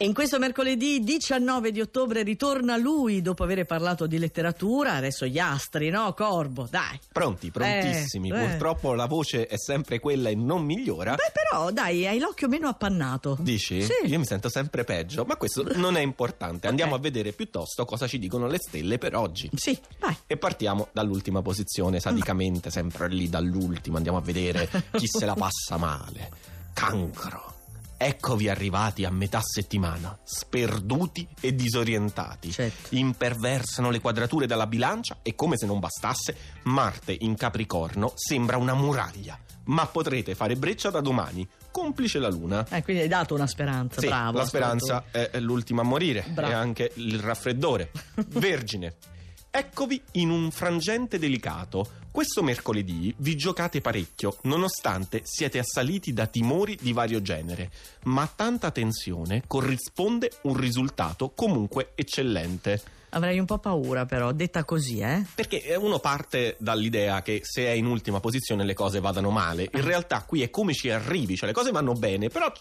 E in questo mercoledì 19 di ottobre ritorna lui dopo aver parlato di letteratura, adesso gli astri, no? Corbo, dai. Pronti, prontissimi. eh. Purtroppo la voce è sempre quella e non migliora. Beh, però, dai, hai l'occhio meno appannato. Dici? Sì. Io mi sento sempre peggio, ma questo non è importante. Andiamo Ok. a vedere piuttosto cosa ci dicono le stelle per oggi. Sì, vai. E partiamo dall'ultima posizione, sadicamente, sempre lì dall'ultimo. Andiamo a vedere chi se la passa male. Cancro. Eccovi arrivati a metà settimana, sperduti e disorientati. Certo. Imperversano le quadrature dalla bilancia e come se non bastasse, Marte in Capricorno sembra una muraglia. Ma potrete fare breccia da domani, complice la Luna. Eh, quindi hai dato una speranza, Sì, bravo. la speranza è l'ultima a morire Bravo. e anche il raffreddore. Vergine. Eccovi in un frangente delicato. Questo mercoledì vi giocate parecchio, nonostante siete assaliti da timori di vario genere, ma a tanta tensione corrisponde un risultato comunque eccellente. Avrei un po' paura, però, detta così, eh. Perché eh, uno parte dall'idea che se è in ultima posizione le cose vadano male. In realtà qui è come ci arrivi, cioè le cose vanno bene, però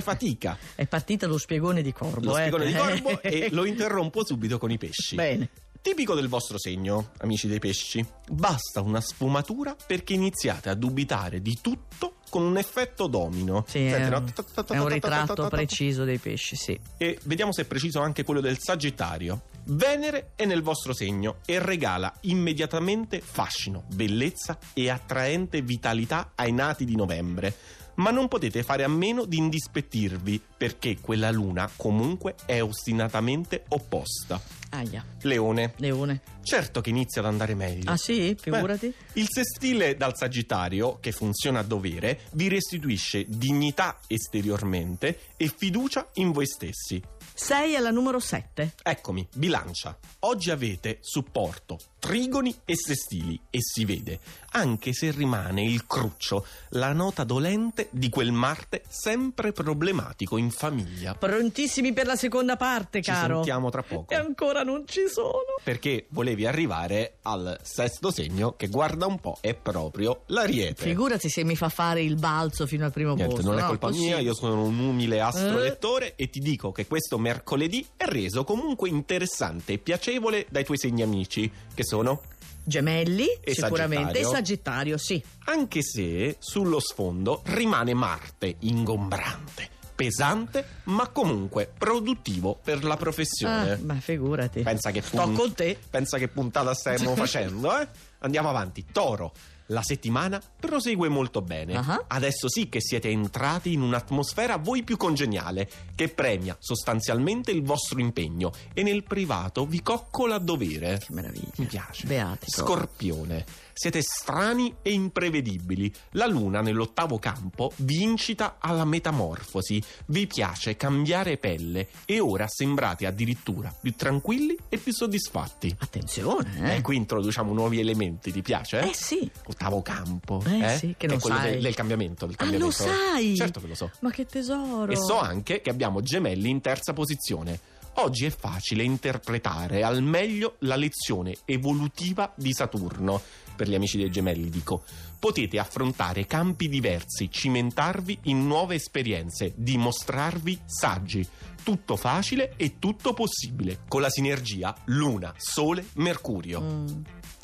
fatica. È partita lo spiegone di Corbo, Lo eh. spigone di corvo e lo interrompo subito con i pesci. Bene. Tipico del vostro segno, amici dei pesci, basta una sfumatura perché iniziate a dubitare di tutto con un effetto domino. Sì, è Senti, eh. no? un, è un ritratto preciso dei pesci, sì. E vediamo se è preciso anche quello del Sagittario. Venere è nel vostro segno e regala immediatamente fascino, bellezza e attraente vitalità ai nati di novembre. Ma non potete fare a meno di indispettirvi perché quella luna comunque è ostinatamente opposta. Aia, Leone, leone. certo che inizia ad andare meglio. Ah sì? Figurati. Il sestile dal Sagittario, che funziona a dovere, vi restituisce dignità esteriormente e fiducia in voi stessi. 6 alla numero 7. Eccomi, bilancia. Oggi avete supporto, trigoni e sestili e si vede, anche se rimane il cruccio, la nota dolente di quel Marte sempre problematico in famiglia. Prontissimi per la seconda parte, Ci caro. Eh. sentiamo tra poco. E ancora non ci sono. Perché volevi arrivare al sesto segno che guarda un po' è proprio l'ariete. Figurati se mi fa fare il balzo fino al primo Niente, posto. non è no? colpa Così. mia, io sono un umile Eh. astrolettore e ti dico che questo mercoledì è reso comunque interessante e piacevole dai tuoi segni amici, che sono Gemelli, sicuramente. Sagittario. E Sagittario, sì. anche se sullo sfondo rimane Marte ingombrante, pesante, ma comunque produttivo per la professione. Ah, ma figurati. Pensa che Sto pun- con te. Pensa che puntata stiamo facendo, eh? Andiamo avanti. Toro. La settimana prosegue molto bene. Ah. Adesso sì che siete entrati in un'atmosfera a voi più congeniale, che premia sostanzialmente il vostro impegno e nel privato vi coccola a dovere. Che meraviglia. Mi piace. Beati. proprio. Scorpione, siete strani e imprevedibili. La luna nell'ottavo campo vi incita alla metamorfosi. Vi piace cambiare pelle e ora sembrate addirittura più tranquilli e più soddisfatti. Attenzione, eh. Eh, qui introduciamo nuovi elementi, ti piace? Eh, sì. Ottavo campo, Eh, sì, che è lo quello sai. del, del cambiamento, del Ah, lo cambiamento. sai? Certo che lo so. Ma che tesoro. E so anche che abbiamo gemelli in terza posizione. Oggi è facile interpretare al meglio la lezione evolutiva di Saturno. Per gli amici dei gemelli dico, potete affrontare campi diversi, cimentarvi in nuove esperienze, dimostrarvi saggi. Tutto facile e tutto possibile, con la sinergia Luna, Sole, Mercurio. Mm.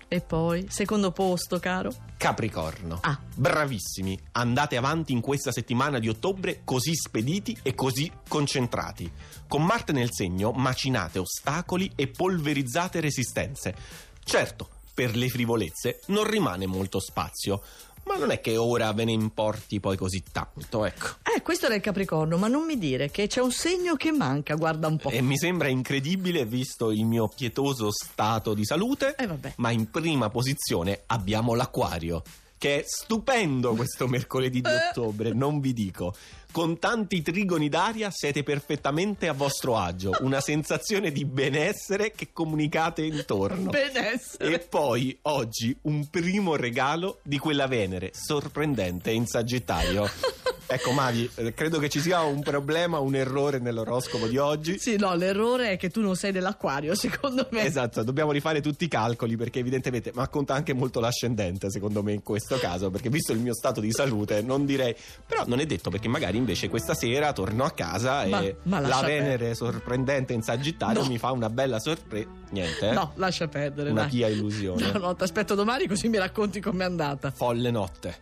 E poi, secondo posto, caro. Capricorno. Ah. Bravissimi, andate avanti in questa settimana di ottobre così spediti e così concentrati. Con Marte nel segno macinate ostacoli e polverizzate resistenze. Certo, per le frivolezze non rimane molto spazio, ma non è che ora ve ne importi poi così tanto, ecco. Eh, questo era il Capricorno, ma non mi dire che c'è un segno che manca, guarda un po'. E mi sembra incredibile visto il mio pietoso stato di salute. Eh, vabbè. Ma in prima posizione abbiamo l'acquario. Che è stupendo questo mercoledì di Eh. ottobre, non vi dico. Con tanti trigoni d'aria siete perfettamente a vostro agio, una sensazione di benessere che comunicate intorno. Benessere. E poi oggi un primo regalo di quella Venere sorprendente in Sagittario. Ecco Mavi, eh, credo che ci sia un problema, un errore nell'oroscopo di oggi. Sì, no, l'errore è che tu non sei dell'acquario, secondo me. Esatto, dobbiamo rifare tutti i calcoli perché evidentemente, ma conta anche molto l'ascendente secondo me in questo caso, perché visto il mio stato di salute non direi, però non è detto perché magari invece questa sera torno a casa e Ma- ma la lascia Venere sorprendente in Sagittario No. mi fa una bella sorpresa, niente, eh? No, lascia perdere. una dai. pia illusione, No, no, ti aspetto domani così mi racconti com'è andata. folle notte.